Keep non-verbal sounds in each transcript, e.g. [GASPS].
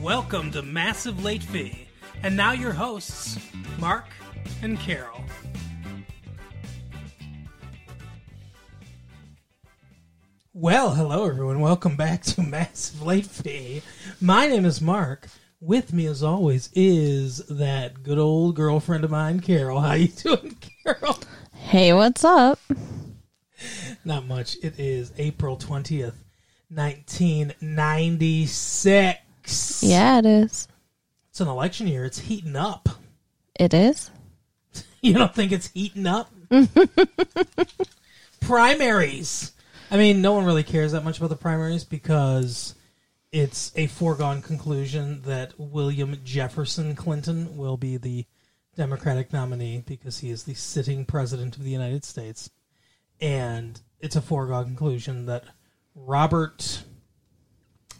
Welcome to Massive Late Fee. And now your hosts, Mark and Carol. Well, hello everyone. Welcome back to Massive Late Fee. My name is Mark. With me, as always, is that good old girlfriend of mine, Carol. How you [LAUGHS] doing, Carol? Hey, what's up? Not much. It is April twentieth, nineteen ninety six. Yeah, it is. It's an election year. It's heating up. It is? [LAUGHS] You don't think it's heating up? primaries. I mean, no one really cares that much about the primaries because it's a foregone conclusion that William Jefferson Clinton will be the Democratic nominee because he is the sitting president of the United States. And it's a foregone conclusion that Robert,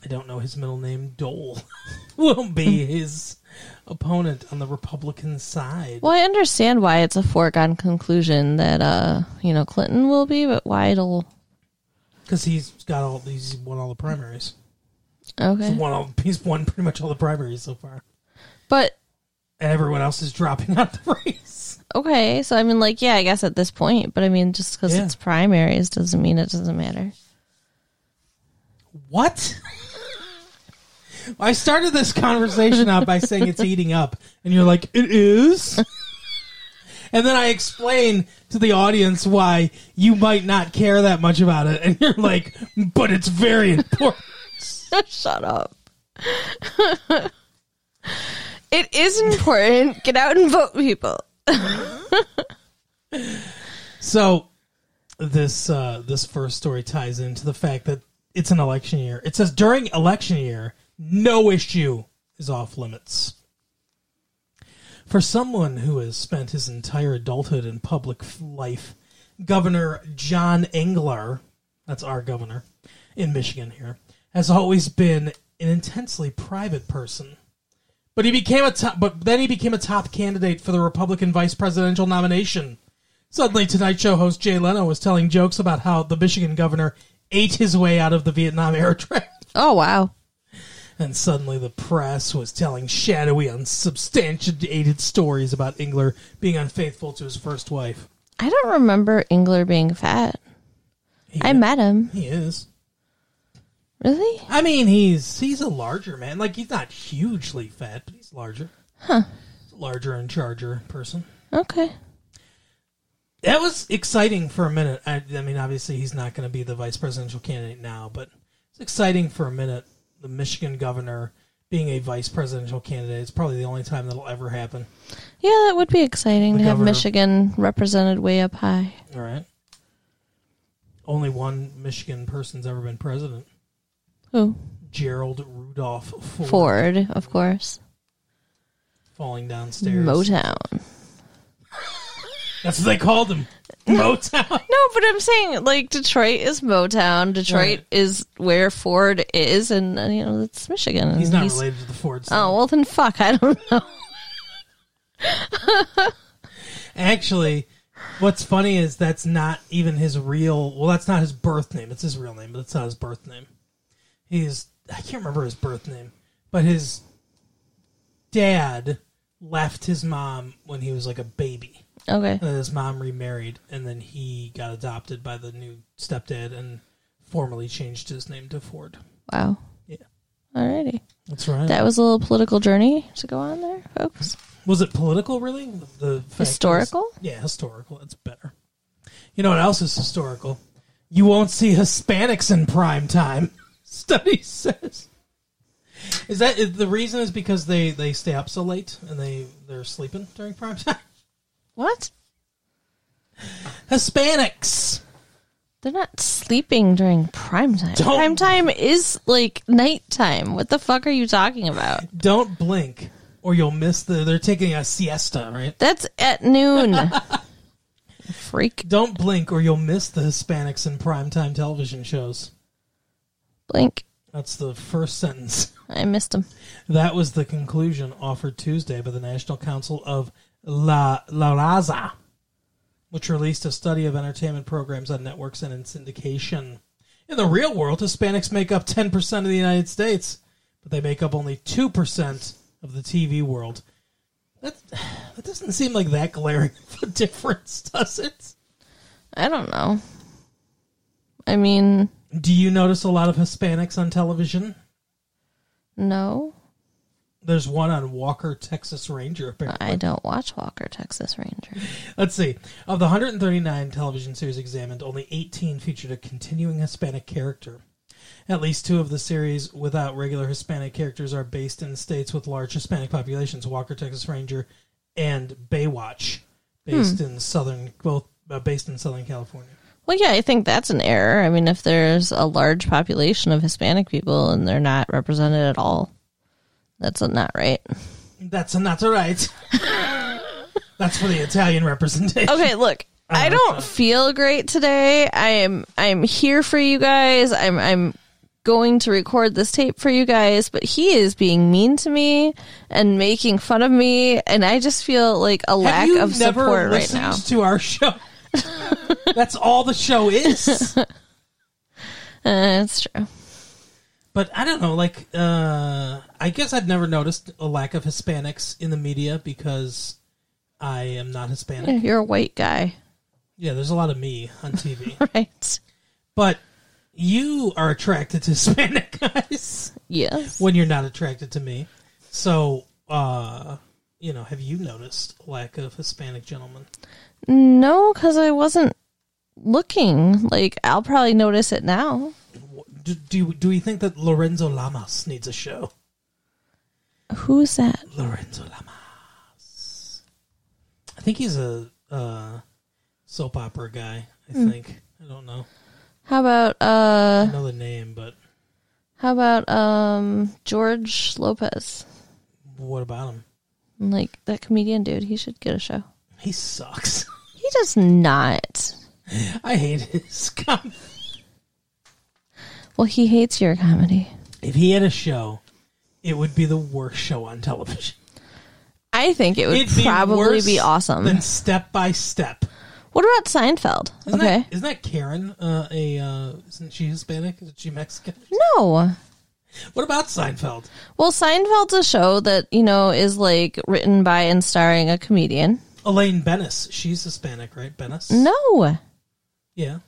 I don't know his middle name, Dole, [LAUGHS] will be his opponent on the Republican side. Well, I understand why it's a foregone conclusion that uh, you know, Clinton will be, but why it'll Because he's got all he's won all the primaries. He's Okay. won all he's won pretty much all the primaries so far, But and everyone else is dropping [LAUGHS] out the race. okay, so I mean like yeah, I guess at this point, but I mean just cuz Yeah. it's primaries doesn't mean it doesn't matter. [LAUGHS] What? I started this conversation out by saying it's heating up, and you're like, "It is." And then I explain to the audience why you might not care that much about it, and you're like, "But it's very important." Shut up. [LAUGHS] it is important. Get out and vote people. So this uh, this first story ties into the fact that it's an election year. It says during election year, no issue is off limits. For someone who has spent his entire adulthood in public f- life, Governor John Engler, that's our governor in Michigan here, has always been an intensely private person. But he became a top, but then he became a top candidate for the Republican vice presidential nomination. Suddenly, Tonight Show host Jay Leno was telling jokes about how the Michigan governor ate his way out of the Vietnam [LAUGHS] air traffic. Oh, wow. And suddenly the press was telling shadowy, unsubstantiated stories about Engler being unfaithful to his first wife. I don't remember Engler being fat. He, I met him. he is. Really? I mean, he's he's a larger man. Like he's not hugely fat, but he's larger. Huh. Larger and charger person. Okay. That was exciting for a minute. I, I mean, obviously, he's not going to be the vice presidential candidate now, but it's exciting for a minute. The Michigan governor being a vice presidential candidate. It's probably the only time that'll ever happen. Yeah, that would be exciting The to have governor. Michigan represented way up high. All right. Only one Michigan person's ever been president Who? Gerald Rudolph Ford. Ford, of course. Falling downstairs. Motown. That's what they called [LAUGHS] him. Motown. No, but I'm saying like Detroit is Motown. Detroit Right. is where Ford is, and, and, you know it's Michigan. and He's not related to the Fords. Oh well, then fuck. I don't [LAUGHS] know. Actually, what's funny is that's not even his real. Well, that's not his birth name. It's his real name, but it's not his birth name. He's I can't remember his birth name, but his dad left his mom when he was like a baby, Okay. and then his mom remarried, and then he got adopted by the new stepdad and formally changed his name to Ford. Wow. Yeah. Alrighty. That's right. That was a little political journey to go on there, folks. Was it political, really? The fact is- Historical? yeah, historical. That's better. You know what else is historical? You won't see Hispanics in prime time. [LAUGHS] Study says. Is that is the reason? Is because they they stay up so late and they they're sleeping during prime time. [LAUGHS] What? Hispanics. They're not sleeping during prime time. Don't- Prime time is like nighttime. What the fuck are you talking about? Don't blink or you'll miss the. They're taking a siesta, right? That's at noon. Freak. Don't blink or you'll miss the Hispanics in prime time television shows. Blink. That's the first sentence. I missed him. That was the conclusion offered Tuesday by the National Council of La La Raza, which released a study of entertainment programs on networks and in syndication. In the real world, Hispanics make up 10% of the United States, but they make up only 2% of the TV world. That, that doesn't seem like that glaring of a difference, [LAUGHS] does it? I don't know. I mean, Do you notice a lot of Hispanics on television? no, There's one on Walker, Texas Ranger, apparently. I don't watch Walker Texas Ranger. Let's see. Of the 139 television series examined, only 18 featured a continuing Hispanic character. At least two of the series without regular Hispanic characters are based in states with large Hispanic populations: Walker, Texas Ranger, and Baywatch, Hmm. based in southern both uh, based in Southern California. Well, yeah, I think that's an error. I mean, if there's a large population of Hispanic people and they're not represented at all, that's not right. That's not all [LAUGHS] right. That's for the Italian representation. Okay, look. I don't feel great today. I am I'm here for you guys. I'm I'm going to record this tape for you guys, but he is being mean to me and making fun of me and I just feel like a lack Have you of never support right listened now. Uh, to our [LAUGHS] show? That's all the show is. Uh, it's true. But I don't know, like uh I guess I'd never noticed a lack of Hispanics in the media because I am not Hispanic. Yeah, You're a white guy, [LAUGHS] Yeah, there's a lot of me on TV. right? [LAUGHS] but you are attracted to [LAUGHS] Hispanic guys Yes. when you're not attracted to me. So, uh, you know, have you noticed a lack of Hispanic gentlemen? No, cuz I wasn't looking. Like I'll probably notice it now. Wh- Do, do do we think that Lorenzo Lamas needs a show? Who's that? Lorenzo Lamas. I think he's a uh, soap opera guy. I Hmm. think I don't know. How about uh I know the name, but how about um George Lopez? what about him? Like that comedian dude, he should get a show. He sucks. [LAUGHS] He does not. I hate his comedy. Well, he hates your comedy. If he had a show, it would be the worst show on television. I think it would It'd be probably worse be awesome. Then Step by Step. what about Seinfeld? Isn't okay. That, isn't that Karen? Uh, a uh, isn't she Hispanic? Is she Mexican? no. What about Seinfeld? Well, Seinfeld's a show that, you know, is like written by and starring a comedian. Elaine Bennis. She's Hispanic, right? Bennis. No. Yeah.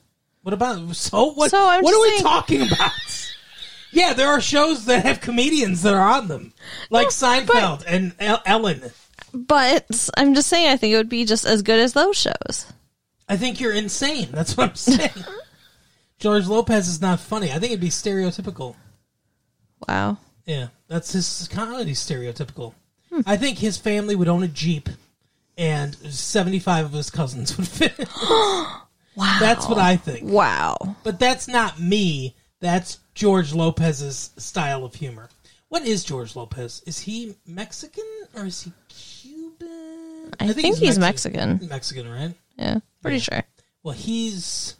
What about so what? So I'm what just are we saying- talking about? [LAUGHS] yeah, there are shows that have comedians that are on them, like Seinfeld and El- Ellen. But I'm just saying I think it would be just as good as those shows. I think you're insane. That's what I'm [LAUGHS] saying. George Lopez is not funny. I think it'd be stereotypical. Wow. Yeah, that's his comedy stereotypical. Hmm. I think his family would own a jeep, and 75 of his cousins would fit. [GASPS] Wow. That's what I think. Wow. But that's not me. That's George Lopez's style of humor. What is George Lopez? Is he Mexican or is he Cuban? I think he's Mexican. Mexican, right? Yeah. Pretty sure. Well, he's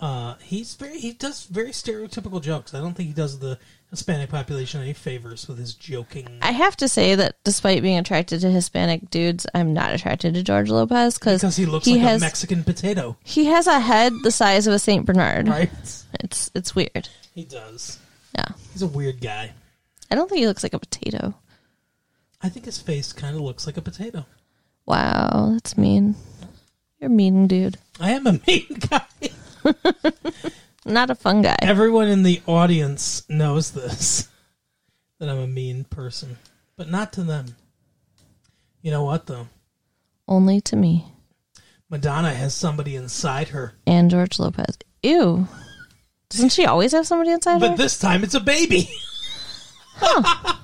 uh he's very he does very stereotypical jokes. I don't think he does the Hispanic population any favors with his joking. I have to say that despite being attracted to Hispanic dudes, I'm not attracted to George Lopez Because he looks like a Mexican [LAUGHS] potato, He has a head the size of a Saint Bernard. right? It's it's weird. he does. Yeah. He's a weird guy. I don't think he looks like a potato. I think his face kind of looks like a potato. Wow, that's mean. You're a mean dude. I am a [LAUGHS] mean guy. Not a fun guy. Everyone in the audience knows this [LAUGHS] that I'm a mean person, but not to them. You know what though? Only to me. Madonna has somebody inside her, And George Lopez. Ew. Doesn't she always have somebody inside her? but this time it's a baby. [LAUGHS]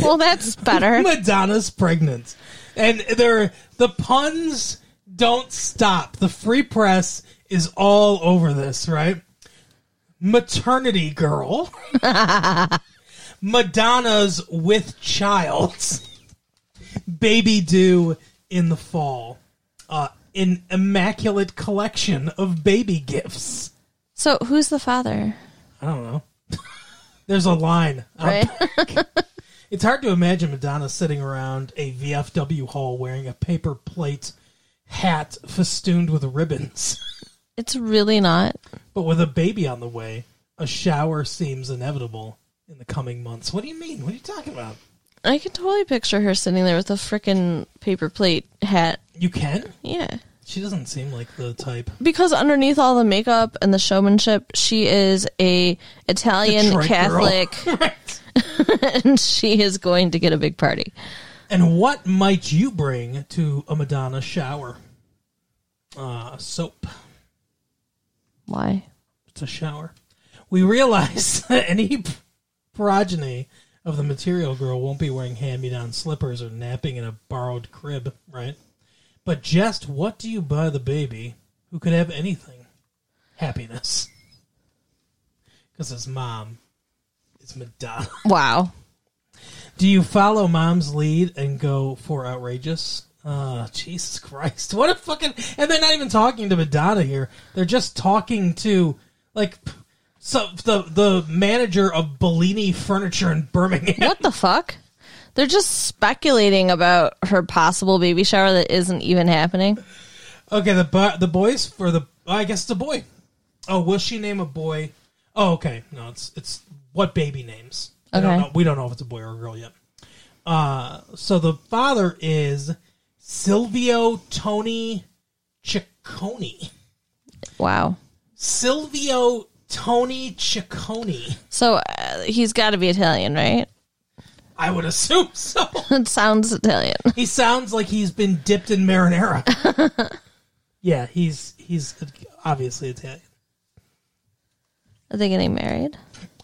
well, that's better. Madonna's pregnant. And there the puns don't stop. The free press is all over this, right? Maternity girl. Madonna's with child. Baby due in the fall. Uh, an immaculate collection of baby gifts. So, who's the father? I don't know. [LAUGHS] There's a line. out [LAUGHS] Right? It's hard to imagine Madonna sitting around a VFW hall wearing a paper plate hat festooned with ribbons. [LAUGHS] it's really not. But with a baby on the way, a shower seems inevitable in the coming months. What do you mean? What are you talking about? I can totally picture her sitting there with a frickin' paper plate hat. You can? Yeah. She doesn't seem like the type. Because underneath all the makeup and the showmanship, she is a Italian Detroit girl. Catholic [LAUGHS] [LAUGHS] and she is going to get a big party. And what might you bring to a Madonna shower? Uh, soap. Why? It's a shower. We realize [LAUGHS] that any p- progeny of the material girl won't be wearing hand me down slippers or napping in a borrowed crib, right? But just what do you buy the baby who could have anything? Happiness. Because his mom is Madonna. Wow. Do you follow mom's lead and go for outrageous? Uh, Jesus Christ. [LAUGHS] What a fucking. And they're not even talking to Madonna here. They're just talking to, like, p- so the, the manager of Bellini Furniture in Birmingham. What the fuck? They're just speculating about her possible baby shower that isn't even happening. Okay, the bu- the boys for the. I guess it's a boy. Oh, will she name a boy? Oh, okay. No, it's it's what baby names. I don't Okay. know. We don't know if it's a boy or a girl yet. Uh, so the father is Silvio Tony Ciccone. Wow. Silvio Tony Ciccone. So uh, he's got to be Italian, right? [LAUGHS] I would assume [LAUGHS] so. It sounds Italian. He sounds like he's been dipped in marinara. yeah, he's he's obviously Italian. Are they getting married?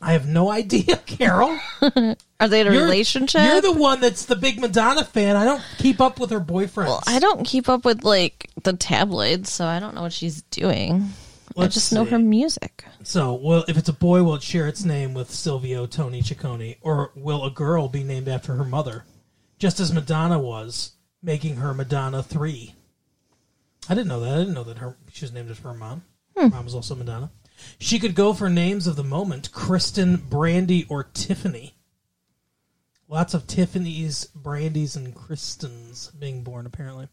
I have no idea, [LAUGHS] Carol. Are they in a You're- relationship? You're the one that's the big Madonna fan. I don't keep up with her boyfriends. Well, I don't keep up with like the tabloids, so I don't know what she's doing. Let's I just know see. her music. So, well, if it's a boy, will it share its name with Silvio Tony Ciccone, or will a girl be named after her mother, just as Madonna was, making her Madonna three? I didn't know that. I didn't know that her she was named after her mom. Her Hmm. mom was also Madonna. She could go for names of the moment: Kristen, Brandy, or Tiffany. Lots of Tiffany's, Brandy's, and Kristens being born, apparently.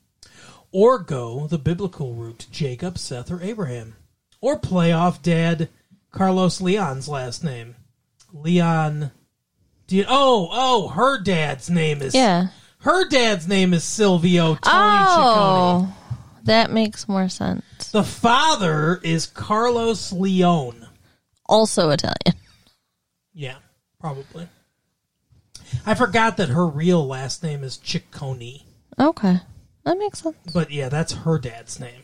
Or go the biblical route Jacob, Seth, or Abraham. Or play off dad Carlos Leon's last name. Leon. Do you- oh, oh, her dad's name is. Yeah. Her dad's name is Silvio Tony Ciccone. Oh, that makes more sense. The father is Carlos Leon. Also Italian. Yeah, probably. I forgot that her real last name is Ciccone. Okay, that makes sense. But yeah, that's her dad's name.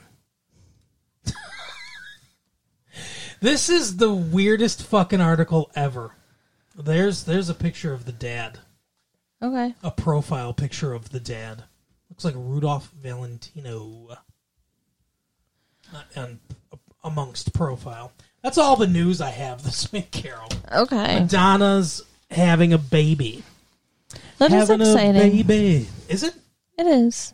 [LAUGHS] this is the weirdest fucking article ever. There's there's a picture of the dad. Okay, A profile picture of the dad. Looks like Rudolph Valentino. Not on- amongst profile. That's all the news I have [LAUGHS] this week, Carol. okay, Donna's having a baby. that is having a exciting. baby. Is it? It is.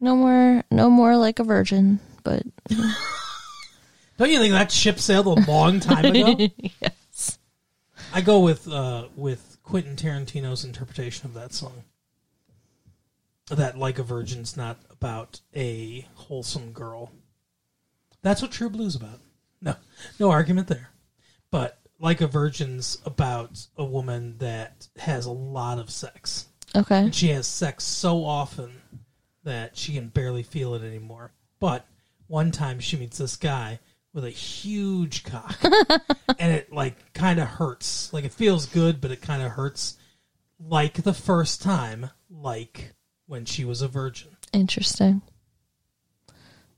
No more, no more like a virgin, but Don't you think that ship sailed a long time [LAUGHS] ago? yes. I go with uh, with Quentin Tarantino's interpretation of that song. That like a virgin's not about a wholesome girl. That's what True Blue's about. No, no argument there. But like a virgin's about a woman that has a lot of sex. Okay, And she has sex so often that she can barely feel it anymore. But one time she meets this guy with a huge cock, and it like kind of hurts. Like it feels good, but it kind of hurts. Like the first time, like when she was a virgin. interesting.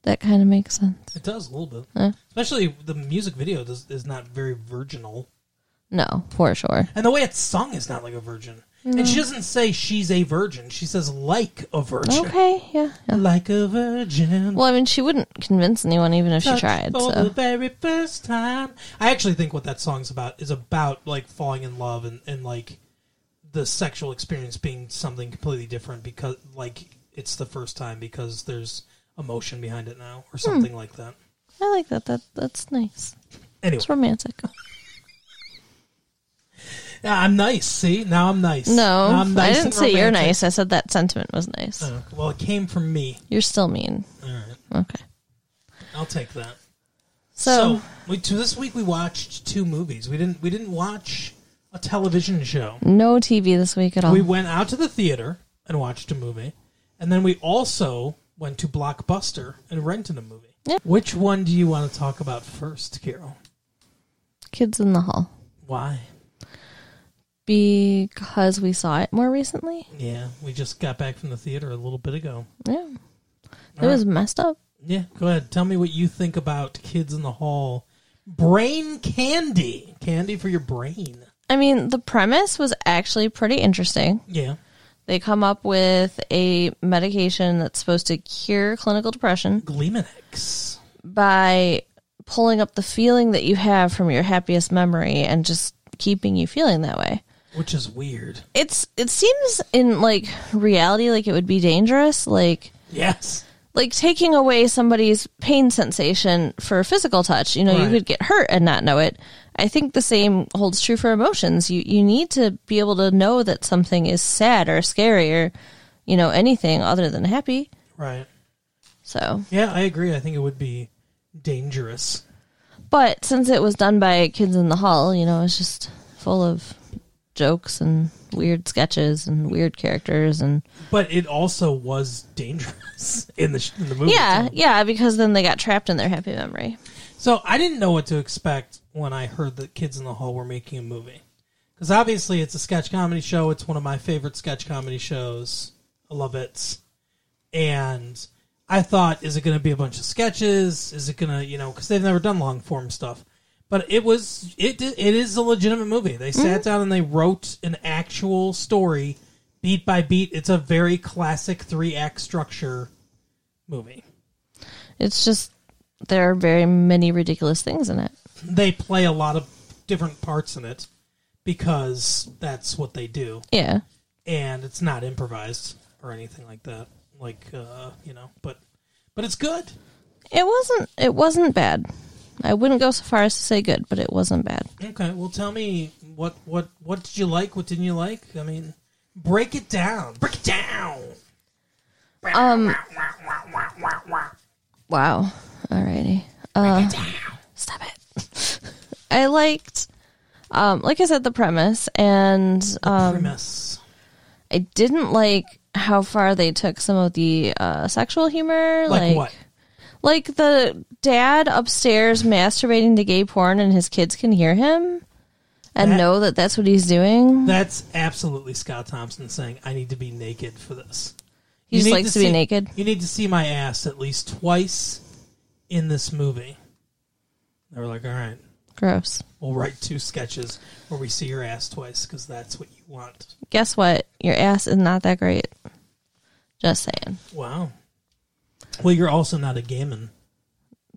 That kind of makes sense. It does a little bit, Yeah. especially the music video does, is not very virginal, No, for sure. and the way it's sung is not like a virgin. And she doesn't say she's a virgin; she says like a virgin, Okay, yeah. yeah. like a virgin. Well, I mean, she wouldn't convince anyone, even if she touch tried. for the So, very first time. I actually think what that song's about is about like falling in love and, and like the sexual experience being something completely different because like it's the first time because there's emotion behind it now Hmm. or something like that. I like that. That that's nice. Anyway, [LAUGHS] It's romantic. yeah, I'm nice. See, now I'm nice. No, Now I'm I nice didn't and say you're romantic. nice. I said that sentiment was nice. Oh, well, it came from me. You're still mean. All right, Okay. I'll take that. So, we, to this week we watched two movies. We didn't we didn't watch a television show. No TV this week at all. We went out to the theater and watched a movie, and then we also went to Blockbuster and rented a movie. Yeah. Which one do you want to talk about first, Carol? Kids in the Hall. Why? Because we saw it more recently. Yeah, we just got back from the theater a little bit ago. Yeah. It All was messed up. Yeah, go ahead. Tell me what you think about Kids in the Hall. Brain candy. Candy for your brain. I mean, the premise was actually pretty interesting. Yeah. They come up with a medication that's supposed to cure clinical depression Gleaminix. by pulling up the feeling that you have from your happiest memory and just keeping you feeling that way. Which is weird. It's it seems in like reality like it would be dangerous like Yes. like taking away somebody's pain sensation for physical touch. You know, Right. you could get hurt and not know it. I think the same holds true for emotions. You you need to be able to know that something is sad or scary or, you know, anything other than happy. Right. So, Yeah, I agree. I think it would be dangerous. but since it was done by kids in the hall, you know, it's just full of jokes and weird sketches and weird characters and But it also was dangerous [LAUGHS] in the, sh- in the movie. yeah, too. yeah, because then they got trapped in their happy memory. So I didn't know what to expect when I heard that Kids in the Hall were making a movie. Because obviously it's a sketch comedy show. It's one of my favorite sketch comedy shows. I love it. And I thought, is it going to be a bunch of sketches? Is it going to, you know, because they've never done long form stuff. But it was, it di- it is a legitimate movie. They sat down and they wrote an actual story, beat by beat. It's a very classic three act structure movie. It's just there are very many ridiculous things in it. they play a lot of different parts in it because that's what they do Yeah. and it's not improvised or anything like that like uh you know but but it's good It wasn't. It wasn't bad. I wouldn't go so far as to say good, but it wasn't bad. okay well tell me what what what did you like what didn't you like i mean break it down break it down Um. Wow. Alrighty. Uh, stop it. [LAUGHS] I liked, um, like I said, the premise, and um, premise I didn't like how far they took some of the uh, sexual humor. Like Like, what? Like the dad upstairs masturbating to gay porn, and his kids can hear him and That- know that that's what he's doing. that's absolutely scott thompson saying i need to be naked for this He You just need likes to be see- naked. You need to see my ass at least twice in this movie. They were like, all right, Gross. we'll write two sketches where we see your ass twice because that's what you want. guess what? Your ass is not that great. Just saying. Wow. Well, you're also not a gay man,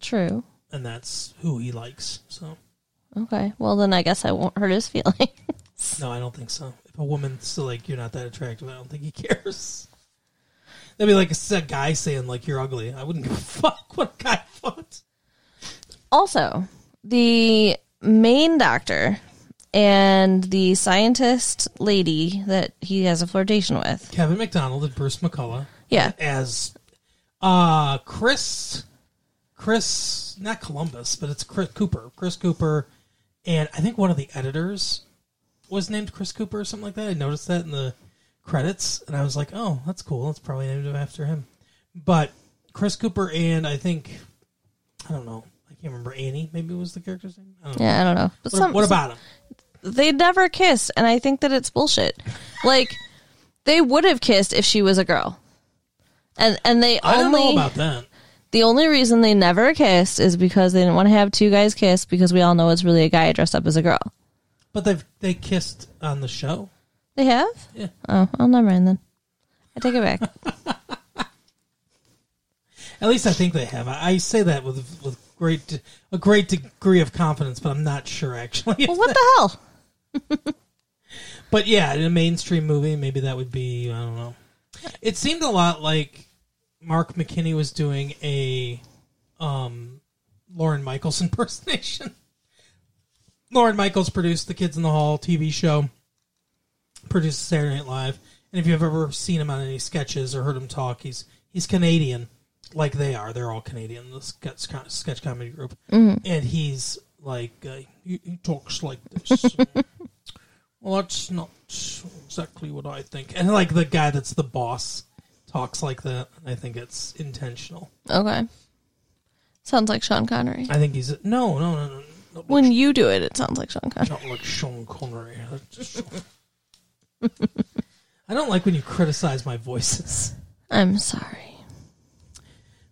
True. and that's who he likes. So, Okay. Well, then I guess I won't hurt his [LAUGHS] feeling. no, I don't think so. If a woman's still like, you're not that attractive, I don't think he [LAUGHS] cares. That'd be like a, a guy saying, like, you're ugly. I wouldn't give a [LAUGHS] fuck what a guy thought. also, the main doctor and the scientist lady that he has a flirtation with. Kevin McDonald and Bruce McCullough. Yeah. as uh Chris Chris not Columbus, but it's Chris Cooper. Chris Cooper and I think one of the editors was named Chris Cooper or something like that. I noticed that in the credits and I was like, "Oh, that's cool. That's probably named after him." But Chris Cooper and I think I don't know. I can't remember Annie maybe was the character's name. I don't know. Yeah, I don't know. But What, some, what about him? they never kissed, and I think that it's bullshit. Like they would have kissed if she was a girl. And and they I don't only know about that. The only reason they never kissed is because they didn't want to have two guys kiss because we all know it's really a guy dressed up as a girl. But they have they kissed on the show. They have? Yeah. Oh, well, never mind then. I take it back. At least I think they have. I, I say that with with great a great degree of confidence, but I'm not sure actually. well, what the hell? but yeah, in a mainstream movie, maybe that would be I don't know. It seemed a lot like Mark McKinney was doing a um, Lauren Michaels [LAUGHS] impersonation. Lauren Michaels produced the Kids in the Hall TV show, produced Saturday Night Live, and if you've ever seen him on any sketches or heard him talk, he's he's Canadian, like they are. They're all Canadian. The sketch co- sketch comedy group, and he's like uh, he, he talks like this. well, that's not exactly what I think. And like the guy that's the boss talks like that. I think it's intentional. Okay. Sounds like Sean Connery. I think he's no, no, no, no. Not like, When you do it, it sounds like Sean Connery. not like Sean Connery. That's- [LAUGHS] I don't like when you criticize my voices. I'm sorry.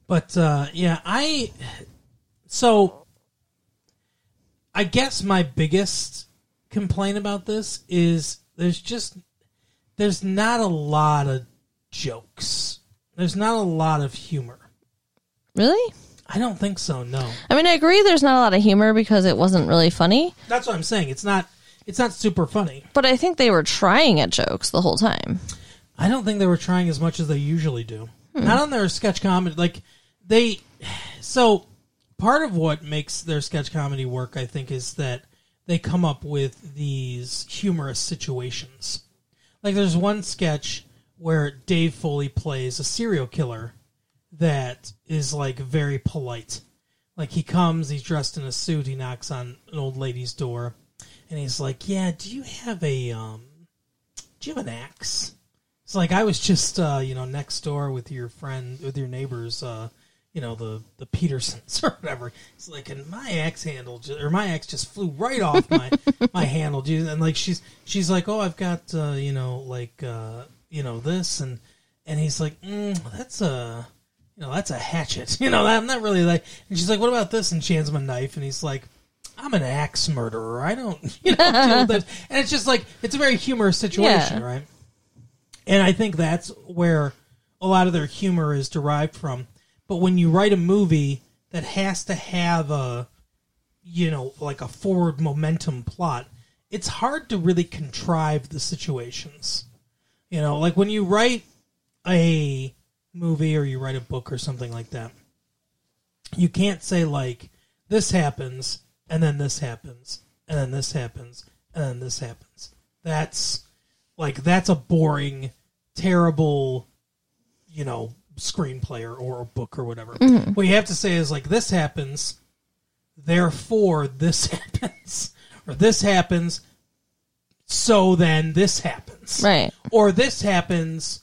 But uh, yeah, I so I guess my biggest complaint about this is there's just there's not a lot of jokes. There's not a lot of humor. Really? I don't think so. No, I mean, I agree there's not a lot of humor because it wasn't really funny, that's what I'm saying. It's not. It's not super funny. but I think they were trying at jokes the whole time. I don't think they were trying as much as they usually do. Not on their sketch comedy. Like they, so part of what makes their sketch comedy work, I think, is that they come up with these humorous situations. Like there's one sketch where Dave Foley plays a serial killer that is like very polite. Like he comes, he's dressed in a suit, he knocks on an old lady's door, and he's like, "Yeah, do you have a um, do you have an axe?" It's like I was just uh, you know next door with your friend with your neighbors, uh, you know the the Petersons [LAUGHS] or whatever. It's like and my axe handle ju- or my axe just flew right off my my handle, dude. And like she's she's like, oh, I've got uh, you know like uh, you know this and and he's like, mm, that's a you know that's a hatchet. [LAUGHS] You know I'm not really like. And she's like, what about this? And she hands him a knife, and he's like. I'm an axe murderer. I don't, [LAUGHS] you know, deal with this. and it's just like it's a very humorous situation, Yeah. right? And I think that's where a lot of their humor is derived from. But when you write a movie that has to have a, you know, like a forward momentum plot, it's hard to really contrive the situations. You know, like when you write a movie or you write a book or something like that, you can't say, like, this happens, and then this happens, and then this happens, and then this happens. That's like that's a boring, terrible, you know, screenplay or, or book or whatever. What you have to say is like this happens, therefore this [LAUGHS] happens, or this happens, so then this happens, Right. Or this happens,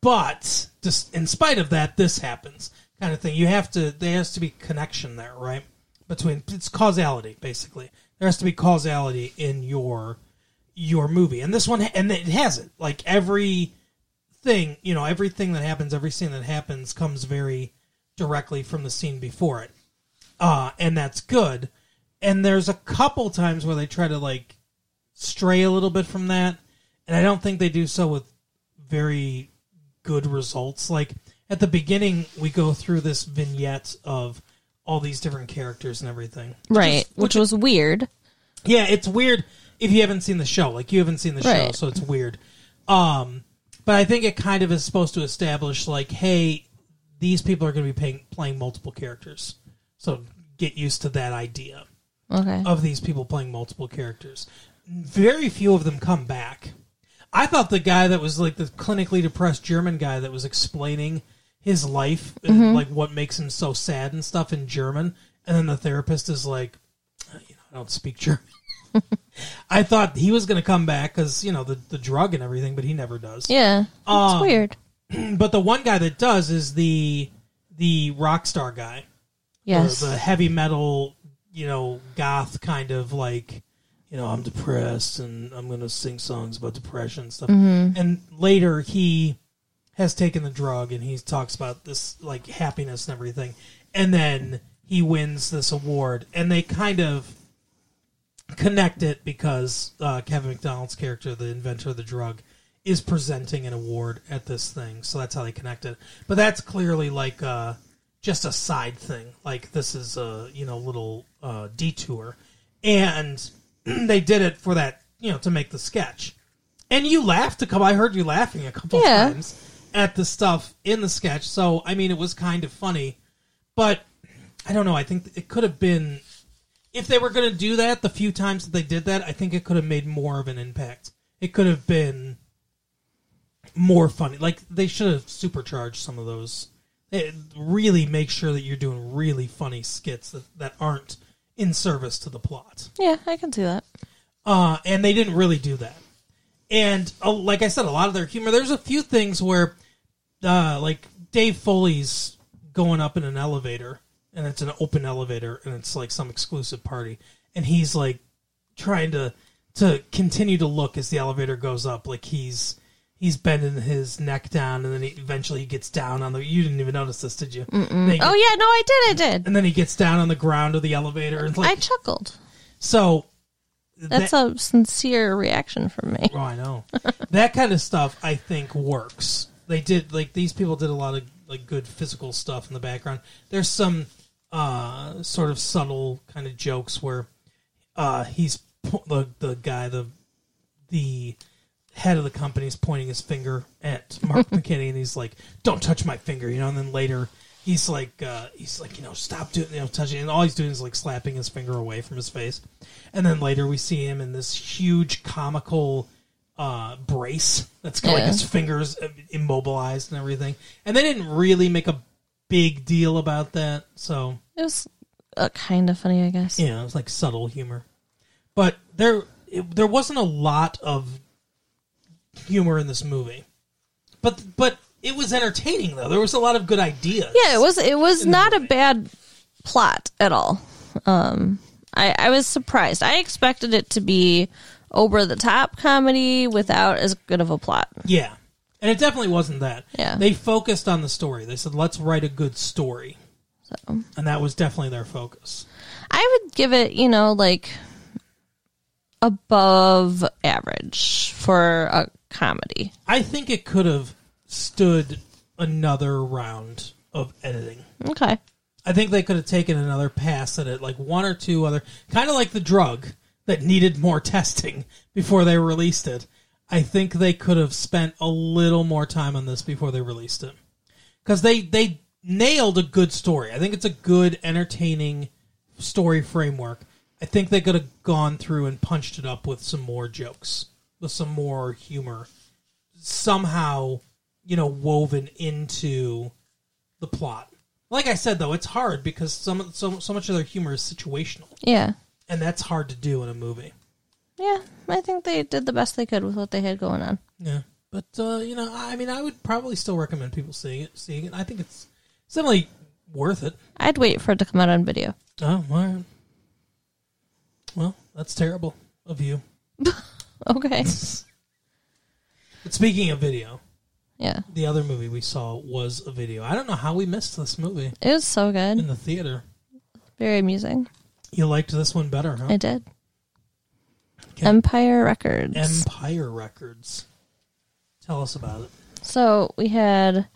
but just in spite of that, this happens, kind of thing. You have to there has to be connection there, right? Between it's causality basically. There has to be causality in your your movie, and this one and it has it. Like every thing, you know, everything that happens, every scene that happens comes very directly from the scene before it. Uh, and that's good. And there's a couple times where they try to like stray a little bit from that, and I don't think they do so with very good results. Like at the beginning, we go through this vignette of all these different characters and everything. Right. Which was weird. Yeah, it's weird if you haven't seen the show. Like you haven't seen the show, Right. so it's weird. Um, but I think it kind of is supposed to establish like, hey, these people are going to be paying, playing multiple characters, so get used to that idea Okay. of these people playing multiple characters. Very few of them come back. I thought the guy that was like the clinically depressed German guy that was explaining his life and like what makes him so sad and stuff in German, and then the therapist is like, "Uh, you know, I don't speak German. I thought he was going to come back because you know the the drug and everything, but he never does. yeah. it's weird. But the one guy that does is the the rock star guy Yes. the, the heavy metal, you know, goth kind of like, you know, I'm depressed and I'm going to sing songs about depression and stuff. And later he has taken the drug and he talks about this like happiness and everything. And then he wins this award and they kind of connect it because uh, Kevin McDonald's character, the inventor of the drug, is presenting an award at this thing. So that's how they connect it. But that's clearly like uh, just a side thing. Like this is a you know little uh, detour, and [CLEARS THROAT] they did it for that you know to make the sketch. And you laughed a couple. I heard you laughing a couple Yeah. times at the stuff in the sketch. So I mean, it was kind of funny, but I don't know. I think it could have been if they were going to do that the few times that they did that i think it could have made more of an impact it could have been more funny like they should have supercharged some of those Eh, really make sure that you're doing really funny skits that, that aren't in service to the plot yeah, I can see that. uh, and they didn't really do that. And uh, like I said, a lot of their humor. There's a few things where, uh, like Dave Foley's going up in an elevator, and it's an open elevator, and it's like some exclusive party, and he's like trying to to continue to look as the elevator goes up, like he's he's bending his neck down, and then he, eventually he gets down on the. You didn't even notice this, did you? Then he- Oh yeah, no, I did. I did. and then he gets down on the ground of the elevator, and I like chuckled. so. That's that- a sincere reaction from me. [LAUGHS] Oh, I know. that kind of stuff, I think, works. They did like these people did a lot of like good physical stuff in the background. There's some uh, sort of subtle kind of jokes where uh, he's po- the the guy the the head of the company is pointing his finger at Mark McKinney, and he's like, "Don't touch my finger," you know. And then later, he's like, uh, he's like, you know, stop doing, you know, touching. And all he's doing is like slapping his finger away from his face. And then later, we see him in this huge comical uh, brace that's got like Yeah. his fingers immobilized and everything. And they didn't really make a big deal about that, so It was uh, kind of funny, I guess. you know, it was like subtle humor. But there, it, there wasn't a lot of humor in this movie. But but it was entertaining though. There was a lot of good ideas. Yeah, it was. It was not a bad plot at all. Um, I, I was surprised. I expected it to be over the top comedy without as good of a plot. Yeah, and it definitely wasn't that. Yeah. they focused on the story. They said, "Let's write a good story," So and that was definitely their focus. I would give it, you know, like above average for a comedy. I think it could have stood another round of editing. Okay. I think they could have taken another pass at it, like one or two other, kind of like the drug that needed more testing before they released it. I think they could have spent a little more time on this before they released it because they they nailed a good story. I think it's a good, entertaining story framework. I think they could have gone through and punched it up with some more jokes, with some more humor, somehow, you know, woven into the plot. Like I said, though, it's hard because some so so much of their humor is situational, Yeah. and that's hard to do in a movie. Yeah. I think they did the best they could with what they had going on. Yeah, but uh, you know, I mean, I would probably still recommend people seeing it. Seeing it, I think it's it's definitely worth it. I'd wait for it to come out on video. Oh, all right. Well, that's terrible of you. Okay. But speaking of video, Yeah. the other movie we saw was a video. I don't know how we missed this movie It was so in good. the theater. Very amusing. You liked this one better, huh? I did. Okay. Empire Records. Empire Records. Tell us about it. so we had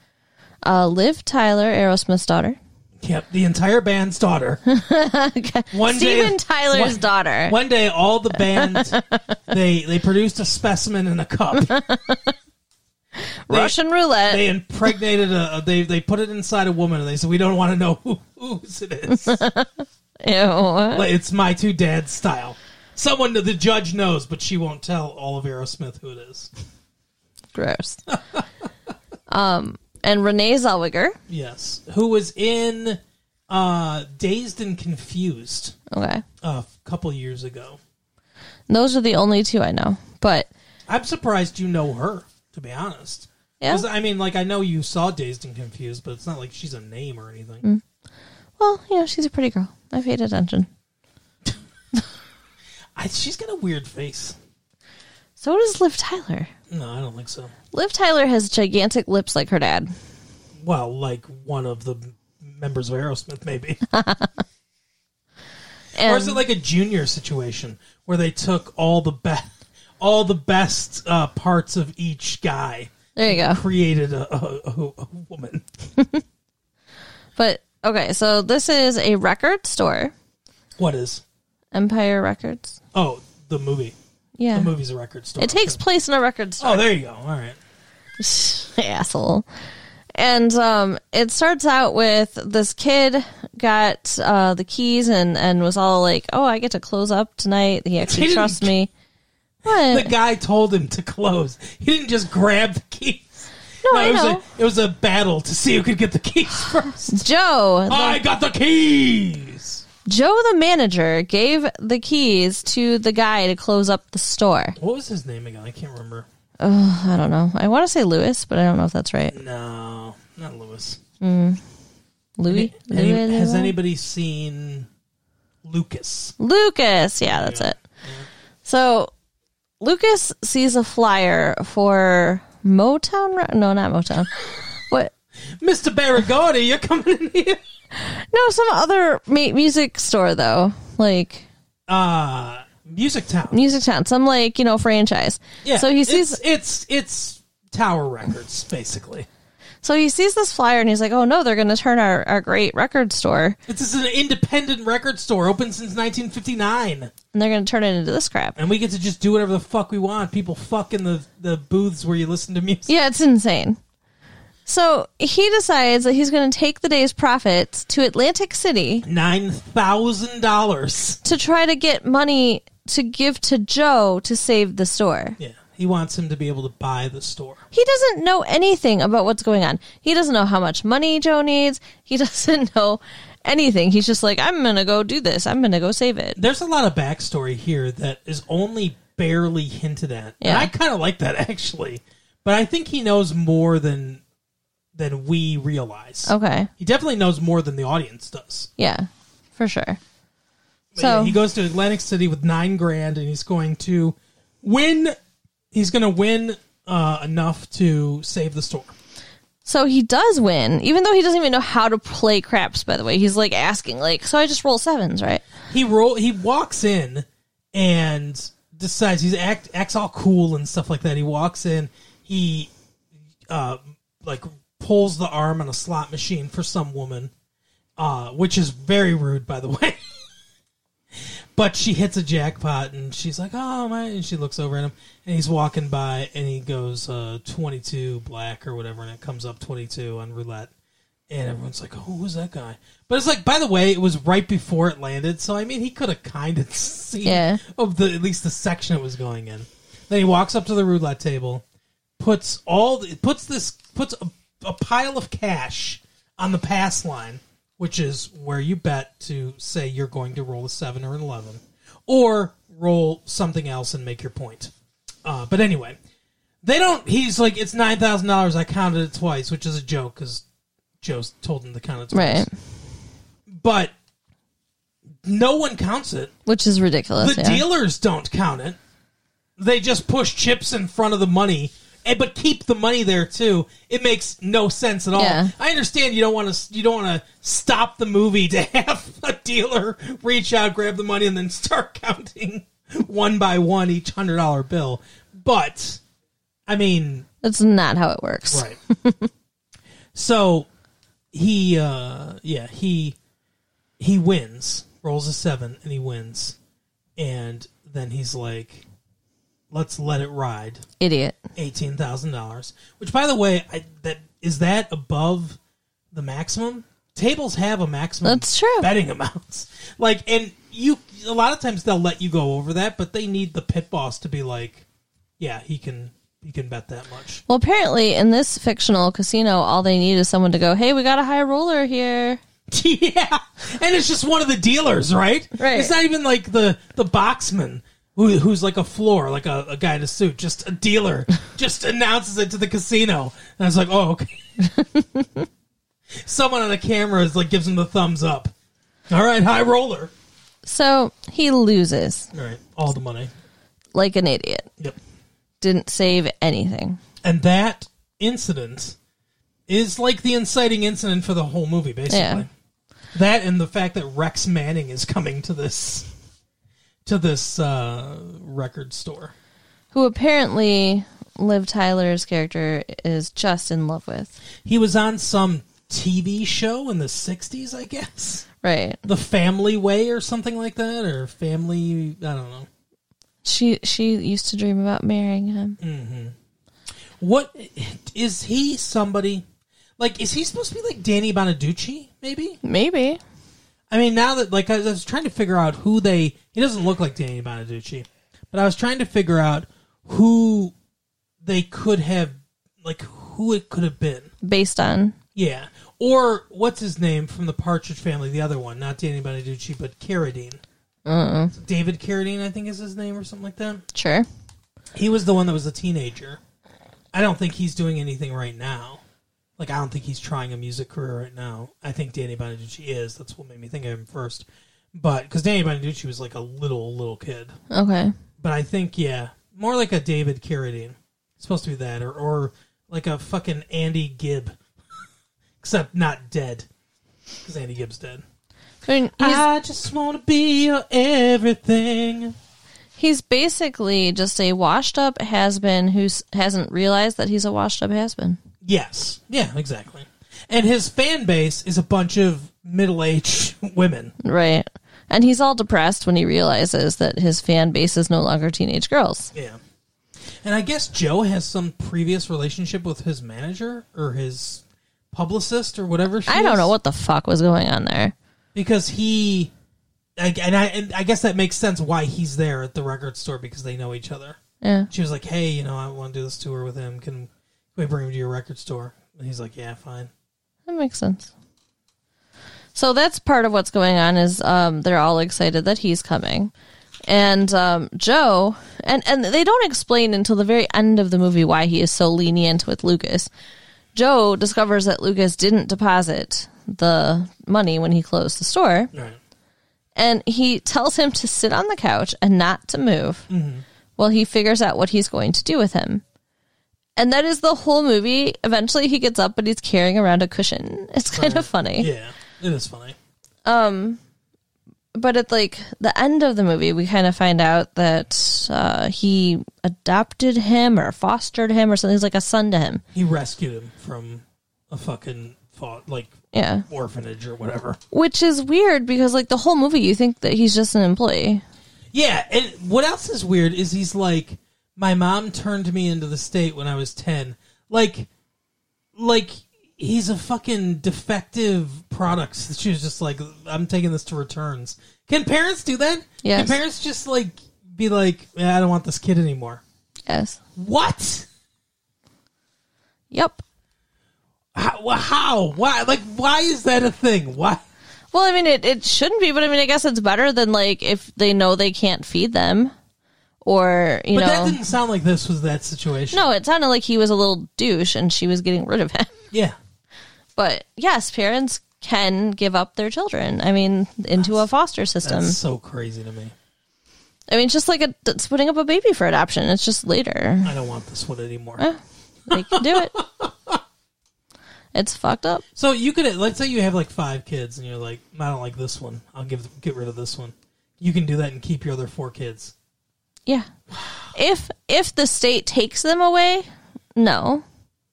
uh, Liv Tyler, Aerosmith's daughter. [LAUGHS] Yep, the entire band's daughter. One Steven Tyler's one- daughter. One day, all the band they they produced a specimen in a cup. They, Russian roulette. they impregnated a they they put it inside a woman, and they said, "We don't want to know who, whose it is. Like, Ew. it's my two dads style." Someone that the judge knows, but she won't tell all of Aerosmith who it is. [LAUGHS] Gross. um, and Renee Zellweger. Yes, who was in uh, Dazed and Confused Okay. a couple years ago. Those are the only two I know. But I'm surprised you know her, to be honest. Yeah. 'Cause, I mean, like, I know you saw Dazed and Confused, but it's not like she's a name or anything. Mm. well, you know, she's a pretty girl. I paid attention. I, she's got a weird face. So does Liv Tyler. No, I don't think so. Liv Tyler has gigantic lips like her dad. Well, like one of the members of Aerosmith, [LAUGHS] maybe. And or is it like a junior situation where they took all the best. All the best uh, parts of each guy there you go. created a, a, a, a woman. But okay, so this is a record store, What is? Empire Records. Oh, the movie. Yeah. The movie's a record store. It takes place in a record store. Oh, there you go. All right. Oh. [LAUGHS] asshole. And um, it starts out with this kid got uh, the keys and, and was all like, "Oh, I get to close up tonight." He actually didn't- trusts me. [LAUGHS] the What? guy told him to close. He didn't just grab the keys. No, Oh, I it was know. a it was a [LAUGHS] battle to see who could get the keys first. Joe, I got the keys. Joe, the manager, gave the keys to the guy to close up the store. [SIGHS] What was his name again? I can't remember. Oh, I don't know. I want to say Lewis, but I don't know if that's right. No, not Lewis. Louis? Any- Louis- has Louis? anybody seen Lucas? Lucas. Yeah, that's it. So Lucas sees a flyer for Motown. Ra- No, [LAUGHS] not Motown. what? Mr. Barragotti, you're coming in here. No, some other ma- music store though, like Uh Music Town. Music Town, some like you know franchise. So he sees. it's it's, it's Tower Records basically. So he sees this flyer and he's like, "Oh no, they're going to turn our our great record store This is an independent record store open since 1959, and they're going to turn it into this crap." and we get to just do whatever the fuck we want. People fuck in the the booths where you listen to music. Yeah, it's insane. So he decides that he's going to take the day's profits to Atlantic City Nine thousand dollars. to try to get money to give to Joe to save the store. Yeah, he wants him to be able to buy the store. He doesn't know anything about what's going on. He doesn't know how much money Joe needs. He [LAUGHS] doesn't know anything. He's just like, I'm going to go do this. I'm going to go save it. There's a lot of backstory here that is only barely hinted at. And Yeah. I kind of like that actually, but I think he knows more than than we realize. Okay. He definitely knows more than the audience does. Yeah, for sure. But So- yeah, he goes to Atlantic City with nine grand, and he's going to win. He's going to win uh, enough to save the store. So he does win, even though he doesn't even know how to play craps, by the way. He's like asking, like, so I just roll sevens, right? He roll. He walks in and decides he's act acts all cool and stuff like that. He walks in. He uh, like pulls the arm on a slot machine for some woman, uh, which is very rude, by the [LAUGHS] way. but she hits a jackpot and she's like, "Oh my!" And she looks over at him, and he's walking by, and he goes uh, twenty-two black or whatever, and it comes up twenty-two on roulette. And everyone's like, "Who was that guy?" But it's like, by the way, it was right before it landed, so I mean, he could have kind of [LAUGHS] seen Yeah. of the at least the section it was going in. Then he walks up to the roulette table, puts all the, puts this puts a, a pile of cash on the pass line, which is where you bet to say you're going to roll a seven or an eleven, or roll something else and make your point. Uh, but anyway, they don't. He's like, it's nine thousand dollars. I counted it twice, which is a joke because Joe's told him to count it twice. Right. But no one counts it. Which is ridiculous. The yeah. dealers don't count it. They just push chips in front of the money, and, but keep the money there too. It makes no sense at all. Yeah. I understand you don't want to you don't want to stop the movie to [LAUGHS] have a dealer reach out, grab the money, and then start [LAUGHS] counting one by one each hundred dollar bill. But I mean, That's not how it works. Right. [LAUGHS] so he uh yeah, he he wins, rolls a 7 and he wins. And then he's like let's let it ride. Idiot. $18,000, which by the way, I, that is that above the maximum? Tables have a maximum That's true. betting [LAUGHS] amounts. Like and you a lot of times they'll let you go over that, but they need the pit boss to be like, yeah, he can he can bet that much. Well, apparently, in this fictional casino, all they need is someone to go, hey, we got a high roller here. [LAUGHS] Yeah, and it's just one of the dealers, right? Right. It's not even like the the boxman who, who's like a floor, like a, a guy in a suit, just a dealer, [LAUGHS] just announces it to the casino, and I was like, oh, okay. [LAUGHS] Someone on a camera is like gives him the thumbs up. All right, high roller. So he loses All right, all the money. like an idiot. Yep. Didn't save anything. And that incident is like the inciting incident for the whole movie, basically. Yeah. That and the fact that Rex Manning is coming to this to this uh, record store. Who apparently Liv Tyler's character is just in love with. He was on some TV show in the '60s, I guess, Right. The Family Way or something like that, or Family. I don't know She she used to dream about marrying him. what is he. Somebody like is he supposed to be like Danny Bonaducci? Maybe Maybe. I mean, now that like I was, I was trying to figure out who they. He doesn't look like Danny Bonaducci, but I was trying to figure out who they could have, like who it could have been. Based on. Yeah. Or what's his name from the Partridge Family? The other one, not Danny Bonaducci, but Carradine. It's David Carradine, I think, is his name, or something like that. Sure. He was the one that was a teenager. I don't think he's doing anything right now. Like I don't think he's trying a music career right now. I think Danny Bonaducci is. That's what made me think of him first. But because Danny Bonaducci was like a little little kid, Okay. but I think yeah, more like a David Carradine. It's supposed to be that, or or like a fucking Andy Gibb, [LAUGHS] except not dead, because Andy Gibb's dead. I mean, he's, I just want to be your everything. he's basically just a washed up has been who s- hasn't realized that he's a washed up has been. Yes, yeah, exactly. And his fan base is a bunch of middle aged [LAUGHS] women. Right. And he's all depressed when he realizes that his fan base is no longer teenage girls. Yeah. And I guess Joe has some previous relationship with his manager or his publicist or whatever. She I don't is. know what the fuck was going on there. because he I- and I and I guess that makes sense why he's there at the record store because they know each other. Yeah. She was like, "Hey, you know, I want to do this tour with him. Can, can we bring him to your record store?" And he's like, "Yeah, fine." That makes sense. So that's part of what's going on is um, they're all excited that he's coming, and um, Joe and and they don't explain until the very end of the movie why he is so lenient with Lucas. Joe discovers that Lucas didn't deposit the money when he closed the store, All right. and he tells him to sit on the couch and not to move while he figures out what he's going to do with him. And that is the whole movie. Eventually, he gets up, but he's carrying around a cushion. It's kind of funny. Yeah, it is funny. But at like the end of the movie, we kind of find out that uh, he adopted him or fostered him or something. He's like a son to him. He rescued him from a fucking thought like Yeah, orphanage or whatever. which is weird because like the whole movie, you think that he's just an employee. Yeah, and what else is weird is he's like, my mom turned me into the state when I was ten. Like, like he's a fucking defective product. She was just like, I'm taking this to returns. Can parents do that? Yes. Can parents just like be like, yeah, I don't want this kid anymore? Yes. What? Yep. How? how? Why? Like, why is that a thing? Why? Well, I mean, it, it shouldn't be, but I mean, I guess it's better than like if they know they can't feed them or, you But that know. didn't sound like this was that situation. No, it sounded like he was a little douche and she was getting rid of him. [LAUGHS] Yeah. But yes, parents can give up their children. I mean, into a foster system. That's so crazy to me. I mean, just like a, it's putting up a baby for adoption. It's just later. I don't want this one anymore. They can [LAUGHS] do it. It's fucked up. So you could let's say you have like five kids and you're like, I don't like this one. I'll give get rid of this one. You can do that and keep your other four kids. Yeah. If if the state takes them away, no.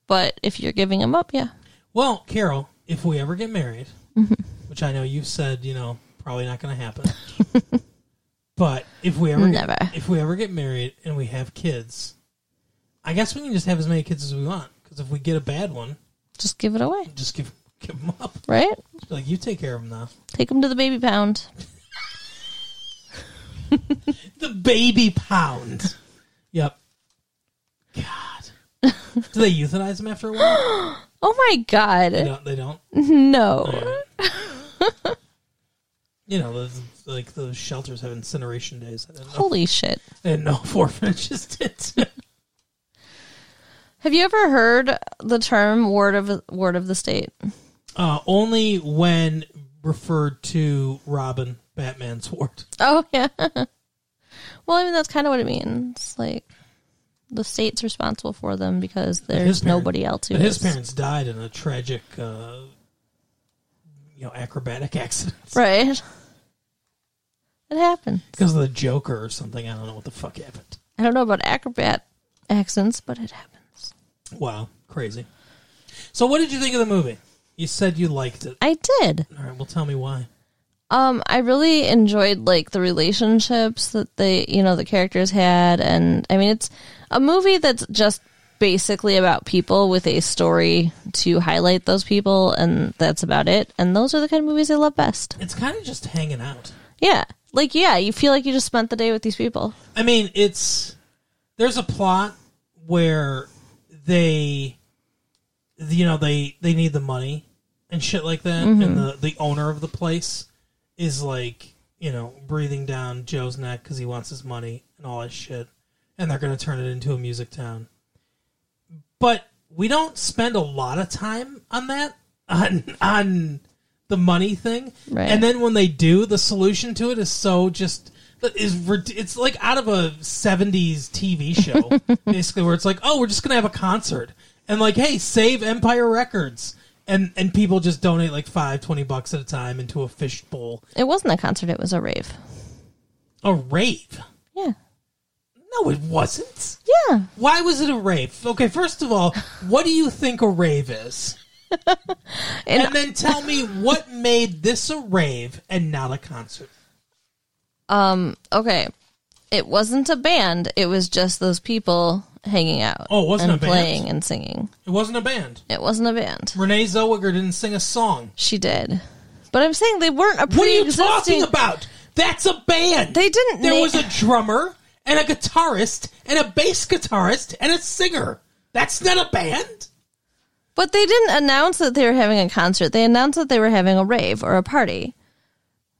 But if you're giving them up, yeah. Well, Carol, if we ever get married, which I know you've said, you know, probably not going to happen. [LAUGHS] but if we ever get- Never. if we ever get married and we have kids, I guess we can just have as many kids as we want. Because if we get a bad one, Just give it away, just give give them up. right? Like you take care of them now. Take them to the baby pound. The baby pound. Yep. God. Do they euthanize him after a while? [GASPS] Oh my They god. don't. They don't. No. you know, the, like the shelters have incineration days. I didn't know. Holy shit. I didn't know if orphanages did. [LAUGHS] Have you ever heard the term word of word of the state? uh, only when referred to Robin Batman's ward. Oh [LAUGHS] yeah. well, I mean that's kind of what it means. Like the state's responsible for them because there's parent- nobody else who But his is. parents died in a tragic, uh, you know, acrobatic accident Right. It happened. because of the Joker or something. I don't know what the fuck happened. I don't know about acrobat accents, but it happens. Wow, crazy. So, what did you think of the movie? You said you liked it. I did. All right, well, tell me why. Um, I really enjoyed like the relationships that they, you know, the characters had, and I mean, it's a movie that's just basically about people with a story to highlight those people, and that's about it. And those are the kind of movies I love best. It's kind of just hanging out. Yeah, like yeah, you feel like you just spent the day with these people. I mean, it's there's a plot where they you know they they need the money and shit like that and the the owner of the place is like you know breathing down joe's neck because he wants his money and all that shit and they're going to turn it into a music town but we don't spend a lot of time on that on on the money thing Right. and then when they do the solution to it is so just is rid- it's like out of a 70s tv show basically where it's like oh we're just going to have a concert and like hey save empire records and and people just donate like five twenty bucks at a time into a fishbowl It wasn't a concert, it was a rave. a rave Yeah. no it wasn't Yeah. why was it a rave okay first of all what do you think a rave is [LAUGHS] And- and then tell me what made this a rave and not a concert Um, okay. It wasn't a band, it was just those people hanging out. Oh, it wasn't a and band. playing and singing. it wasn't a band It wasn't a band. renee zellweger didn't sing a song She did. But I'm saying they weren't a What are you pre-existing talking about? That's a band. They didn't There na- was a drummer and a guitarist and a bass guitarist and a singer. That's not a band. But they didn't announce that they were having a concert. They announced that they were having a rave or a party.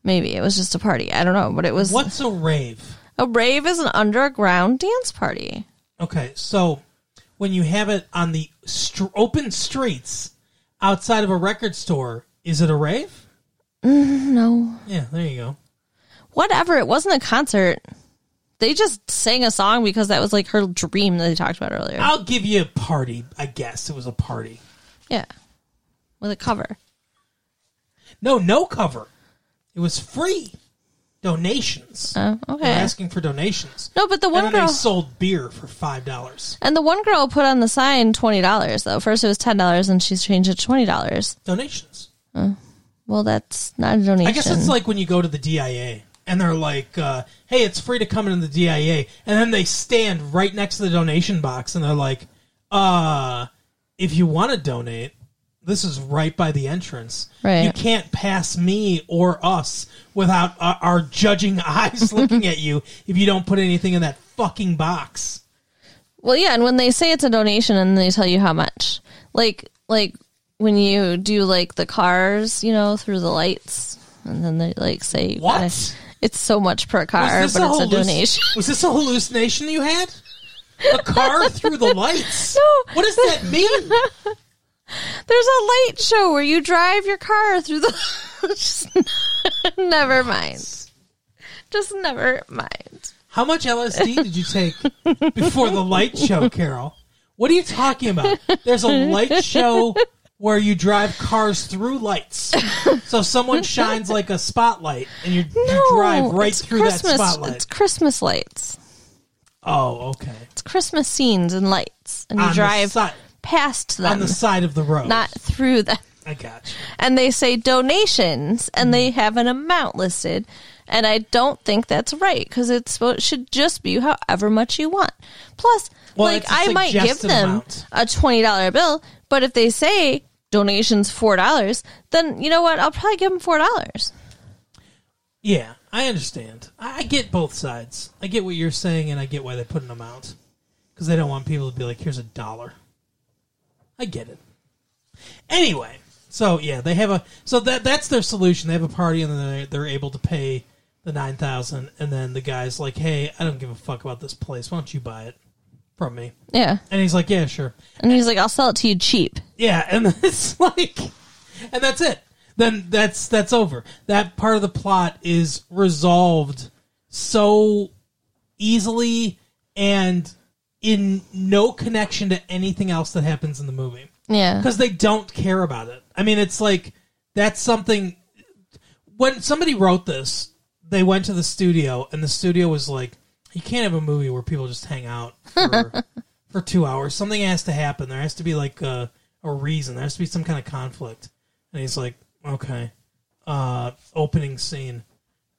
Maybe it was just a party. I don't know, but it was What's a rave? a rave is an underground dance party. Okay, so when you have it on the str- open streets outside of a record store, is it a rave? No. Yeah, there you go. Whatever, it wasn't a concert. They just sang a song because that was like her dream that they talked about earlier. I'll give you a party. I guess it was a party. yeah. With a cover. No, no cover. It was free donations. Oh, They were okay. asking for donations. No, but the And one then they girl sold beer for five dollars. And the one girl put on the sign twenty dollars though. First it was ten dollars, and she's changed it to twenty dollars. Donations. Well, that's not a donation. I guess it's like when you go to the DIA and they're like, uh, "Hey, it's free to come into the DIA," and then they stand right next to the donation box and they're like, "Uh, if you want to donate, this is right by the entrance. Right. You can't pass me or us without uh, our judging [LAUGHS] eyes looking at you if you don't put anything in that fucking box." well, yeah. And when they say it's a donation, and they tell you how much, like like when you do like the cars, you know, through the lights, and then they like say you What? gotta- it's so much per car, but it's a halluc- donation. [LAUGHS] was this a hallucination you had? A car through [LAUGHS] the lights. No. What does that mean? There's a light show where you drive your car through the. [LAUGHS] Just, [LAUGHS] never mind. Just never mind. How much LSD did you take before the light show, Carol? What are you talking about? There's a light show where you drive cars through lights. So someone shines like a spotlight and you, you drive right it's through Christmas, that spotlight. It's Christmas lights. Oh, okay. It's Christmas scenes and lights, and you On the drive si- past on them, the side of the road. not through them. I got you. And they say donations, and they Hmm. have an amount listed. And I don't think that's right because it's it should just be however much you want. Plus, Well, like it's a I might give suggested them amount. a twenty dollar bill, but if they say donations four dollars, then you know what? I'll probably give them four dollars. Yeah, I understand. I, I get both sides. I get what you're saying, and I get why they put an amount because they don't want people to be like, "Here's a dollar." I get it. Anyway, so yeah, they have a so that that's their solution. They have a party, and then they're, they're able to pay the nine thousand, and then the guy's like, "Hey, I don't give a fuck about this place. Why don't you buy it from me?" Yeah, And he's like, "Yeah, sure." and he's like, "I'll sell it to you cheap." Yeah, and it's [LAUGHS] like, and that's it. Then that's that's over. That part of the plot is resolved so easily and in no connection to anything else that happens in the movie Yeah, because they don't care about it. I mean, it's like that's something. When somebody wrote this, they went to the studio, and the studio was like, "You can't have a movie where people just hang out for, for two hours. Something has to happen. There has to be like a, a reason. There has to be some kind of conflict." And he's like, "Okay, uh, opening scene.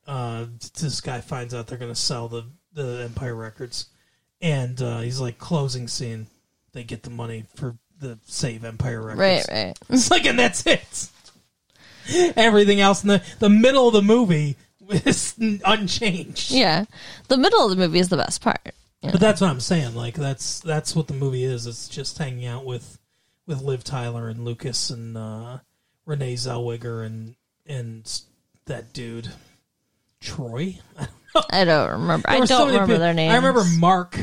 Uh, this guy finds out they're gonna sell the the Empire Records, and uh, he's like, closing scene. They get the money for." The save Empire Records. right, right. [LAUGHS] It's like, and that's it. Everything else in the, the middle of the movie is [LAUGHS] unchanged. Yeah, the middle of the movie is [LAUGHS] the best part. But that's what I'm saying. Like that's that's what the movie is. It's just hanging out with with Liv Tyler and Lucas and uh, Renee Zellweger and and that dude Troy. I don't remember. I There were so don't many remember people- their names. I remember Mark.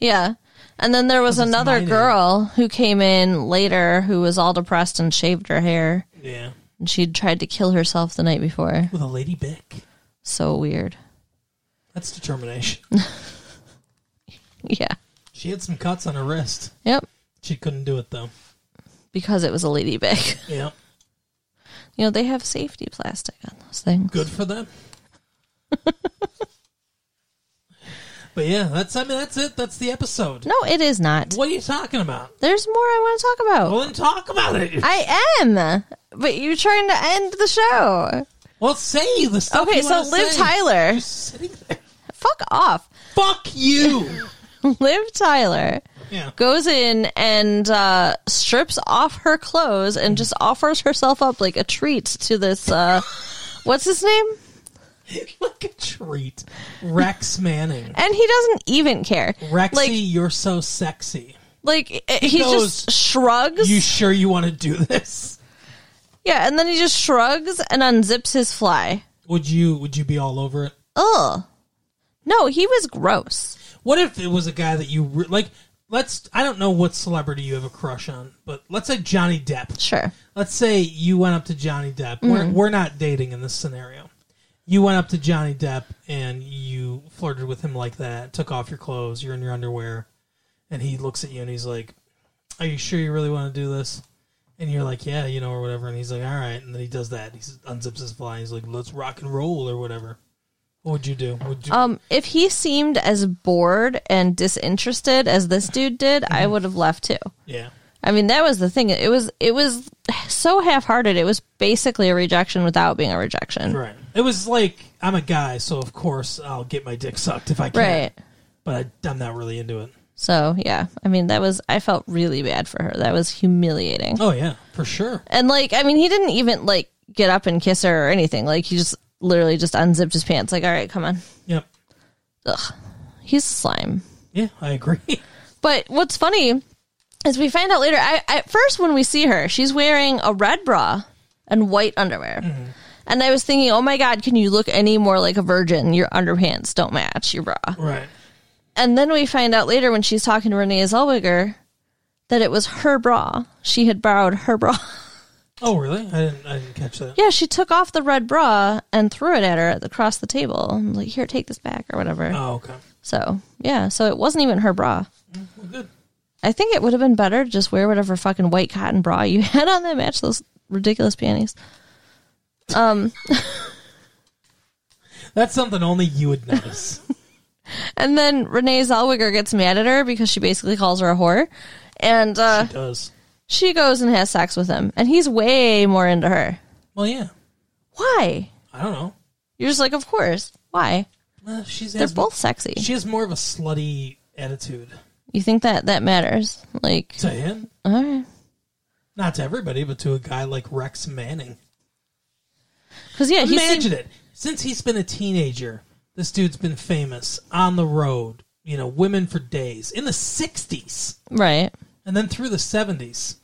Yeah. And then there was it's my another name. girl who came in later who was all depressed and shaved her hair. Yeah, And she'd tried to kill herself the night before. with a lady Beck. So weird. [LAUGHS] That's determination. Yeah. she had some cuts on her wrist. Yep. She couldn't do it though. Because it was a ladybug. Yeah, [LAUGHS] You know, they have safety plastic on those things. good for [LAUGHS] them. but yeah, that's I mean that's it. That's the episode. No, it is not. What are you talking about? There's more I want to talk about. Well, then talk about it. I am. But you're trying to end the show. Well, say the stuff. Okay, you so wanna Liv say. Tyler. Just sitting there. Fuck off. [LAUGHS] Fuck you. Liv Tyler yeah. goes in and uh, strips off her clothes and just offers herself up like a treat to this. Uh, [LAUGHS] what's his name? [LAUGHS] like a treat. Rex Manning. And he doesn't even care. Rexy, Like, you're so sexy. like he, goes, just shrugs. You sure you want to do this? yeah, and then he just shrugs and unzips his fly. Would you would you be all over it? Ugh. No, he was gross. What if it was a guy that you re- like let's I don't know what celebrity you have a crush on, but let's say Johnny Depp. Sure. Let's say you went up to Johnny Depp. We're we're not dating in this scenario. You went up to Johnny Depp and you flirted with him like that, took off your clothes, you're in your underwear, and he looks at you and he's like, "Are you sure you really want to do this?" And you're like, "Yeah, you know, or whatever." And he's like, "All right." And then he does that. He s- unzips his fly. And he's like, "Let's rock and roll or whatever." What would you do? Would you? Um, if he seemed as bored and disinterested as this dude did, Mm-hmm. I would have left too. yeah. I mean, that was the thing. It was it was so half-hearted. It was basically a rejection without being a rejection. Right. It was like I'm a guy, so of course I'll get my dick sucked if I can. Right. But I, I'm not really into it. So, yeah. I mean, that was I felt really bad for her. That was humiliating. Oh yeah, for sure. And like, I mean, he didn't even like get up and kiss her or anything. Like, he just literally just unzipped his pants like, "All right, come on." Yep. Ugh. He's slime. Yeah, I agree. [LAUGHS] But what's funny is we find out later. I at first when we see her, she's wearing a red bra and white underwear. And I was thinking, oh my god, can you look any more like a virgin? Your underpants don't match your bra. right. And then we find out later when she's talking to Renee Zellweger that it was her bra. She had borrowed her bra. [LAUGHS] Oh really? I didn't. I didn't catch that. yeah, she took off the red bra and threw it at her at- across the table. I'm like, here, take this back or whatever. Oh okay. So yeah, so it wasn't even her bra. Well, good. I think it would have been better to just wear whatever fucking white cotton bra you [LAUGHS] had on that matched those ridiculous panties. That's something only you would [LAUGHS] notice. And then Renee Zellweger gets mad at her because she basically calls her a whore. And uh, It does. she goes and has sex with him. And he's way more into her. Well, yeah. Why? I don't know. You're just like, of course. Why? Uh, she's They're has, both sexy. She has more of a slutty attitude You think that that matters? Like, to him, all right. not to everybody, but to a guy like Rex Manning. Because, yeah, he's. Imagine it. Since he's been a teenager, this dude's been famous on the road. You know, women for days in the '60s, right. and then through the '70s. This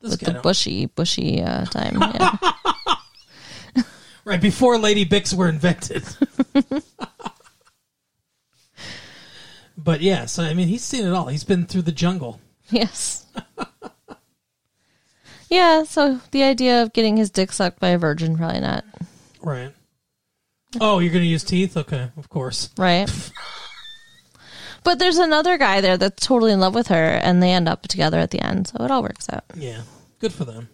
With guy the don't- bushy, bushy uh, time. Yeah. Right before Lady Bix were invented. but yeah, so I mean, he's seen it all. He's been through the jungle. Yes. yeah, so the idea of getting his dick sucked by a virgin, probably not. Right. Oh, you're going to use teeth? Okay, of course. Right? but there's another guy there that's totally in love with her, and they end up together at the end, so it all works out. Yeah, good for them.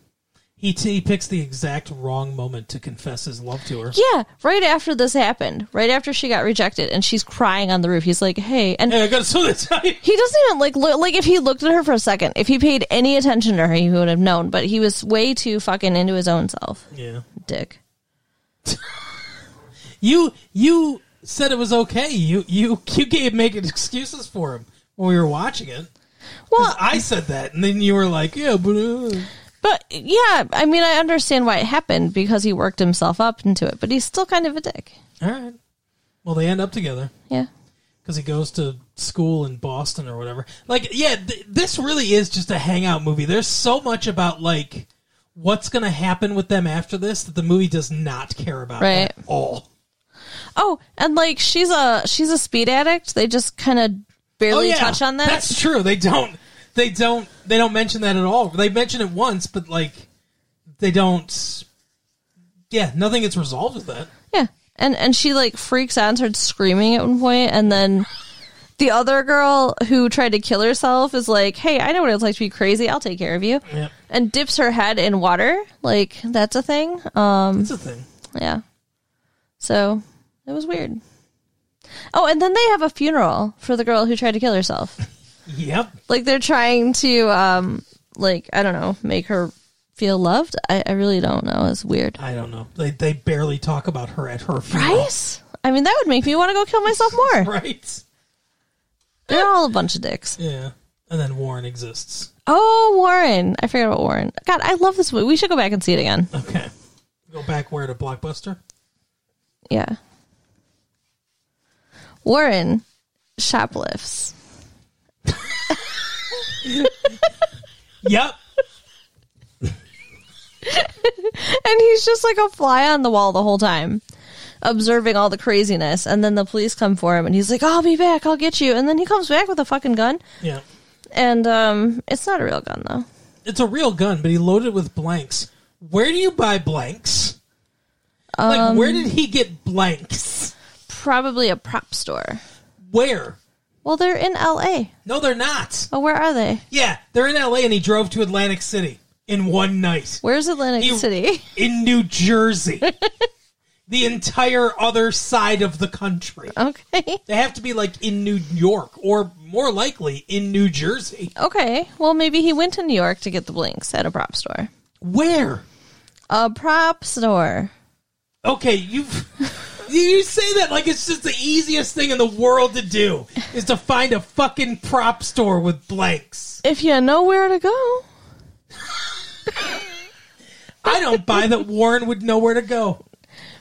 He, t- he picks the exact wrong moment to confess his love to her. Yeah, right after this happened, right after she got rejected, and she's crying on the roof. He's like, hey, and Hey, I got to sue this. he doesn't even like look like if he looked at her for a second, if he paid any attention to her, he would have known, but he was way too fucking into his own self. yeah. Dick. You you said it was okay. You you you gave making excuses for him when we were watching it. Well, I said that, and then you were like, "Yeah, but uh, But yeah, I mean, I understand why it happened because he worked himself up into it, but he's still kind of a dick. all right." Well, they end up together. Yeah. because he goes to school in Boston or whatever. Like, yeah, th- this really is just a hangout movie. There's so much about like what's going to happen with them after this that the movie does not care about Right. at all. Oh, and like she's a she's a speed addict. They just kind of barely touch on that. Oh, That's true. They don't. They don't. They don't mention that at all. They mention it once, but like they don't. Yeah, nothing gets resolved with that. Yeah. And and she like freaks out and starts screaming at one point and then the other girl who tried to kill herself is like, "Hey, I know what it's like to be crazy. I'll take care of you." Yep. And dips her head in water. Like that's a thing. Um It's a thing. yeah. So, it was weird. Oh, and then they have a funeral for the girl who tried to kill herself. Yep. Like they're trying to um like I don't know, make her feel loved. I, I really don't know. It's weird. I don't know. They they barely talk about her at her funeral. Right? I mean, that would make me want to go kill myself more. [LAUGHS] Right. They're all a bunch of dicks. Yeah. And then Warren exists. Oh, Warren. I forgot about Warren. God, I love this movie. We should go back and see it again. Okay. Go back where to Blockbuster? Yeah. Warren shoplifts. Yep. And he's just like a fly on the wall the whole time, observing all the craziness. And then the police come for him and he's like, I'll be back. I'll get you. And then he comes back with a fucking gun. Yeah. And um, it's not a real gun, though. It's a real gun, but he loaded it with blanks. Where do you buy blanks? like, where did he get blanks? Probably a prop store. Where? Well, they're in LA. No, they're not. Oh, where are they? Yeah, they're in LA and he drove to Atlantic City in one night. Where's Atlantic You- City? [LAUGHS] In New Jersey. the entire other side of the country. Uh, Okay. They have to be like in New York or more likely in New Jersey. Okay. Well, maybe he went to New York to get the blinks at a prop store. Where? A prop store. Okay, you've. You you say that like it's just the easiest thing in the world to do is to find a fucking prop store with blanks. If you know where to go. I don't buy that Warren would know where to go.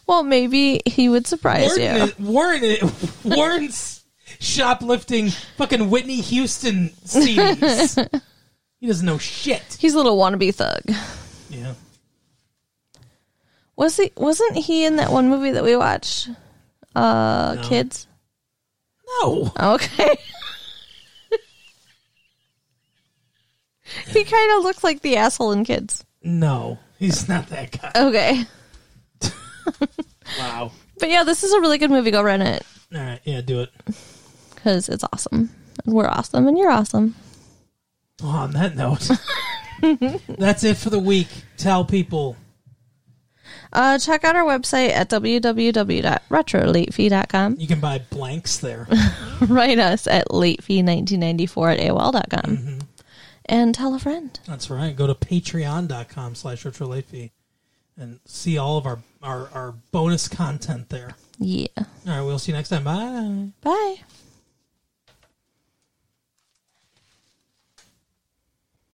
Well, maybe he would surprise Warren, you. is- Warren, is- Warren's shoplifting fucking Whitney Houston CDs. he doesn't know shit. He's a little wannabe thug. Yeah, Was he? Wasn't he in that one movie that we watched? Uh, No. kids. no, Okay. [LAUGHS] he kind of looked like the asshole in Kids. no, he's not that guy. Okay. Wow. But yeah, this is a really good movie. Go rent it All right, yeah, do it. because it's awesome. And we're awesome, and you're awesome. Well, on that note, [LAUGHS] that's it for the week. Tell people. Uh, check out our website at [LAUGHS] www.retrolatefee.com. You can buy blanks there. Write us at latefee1994 at AOL.com. And tell a friend. That's right. Go to patreon.com slash retrolatefee and see all of our, our, our bonus content there. Yeah. All right, we'll see you next time. Bye. Bye.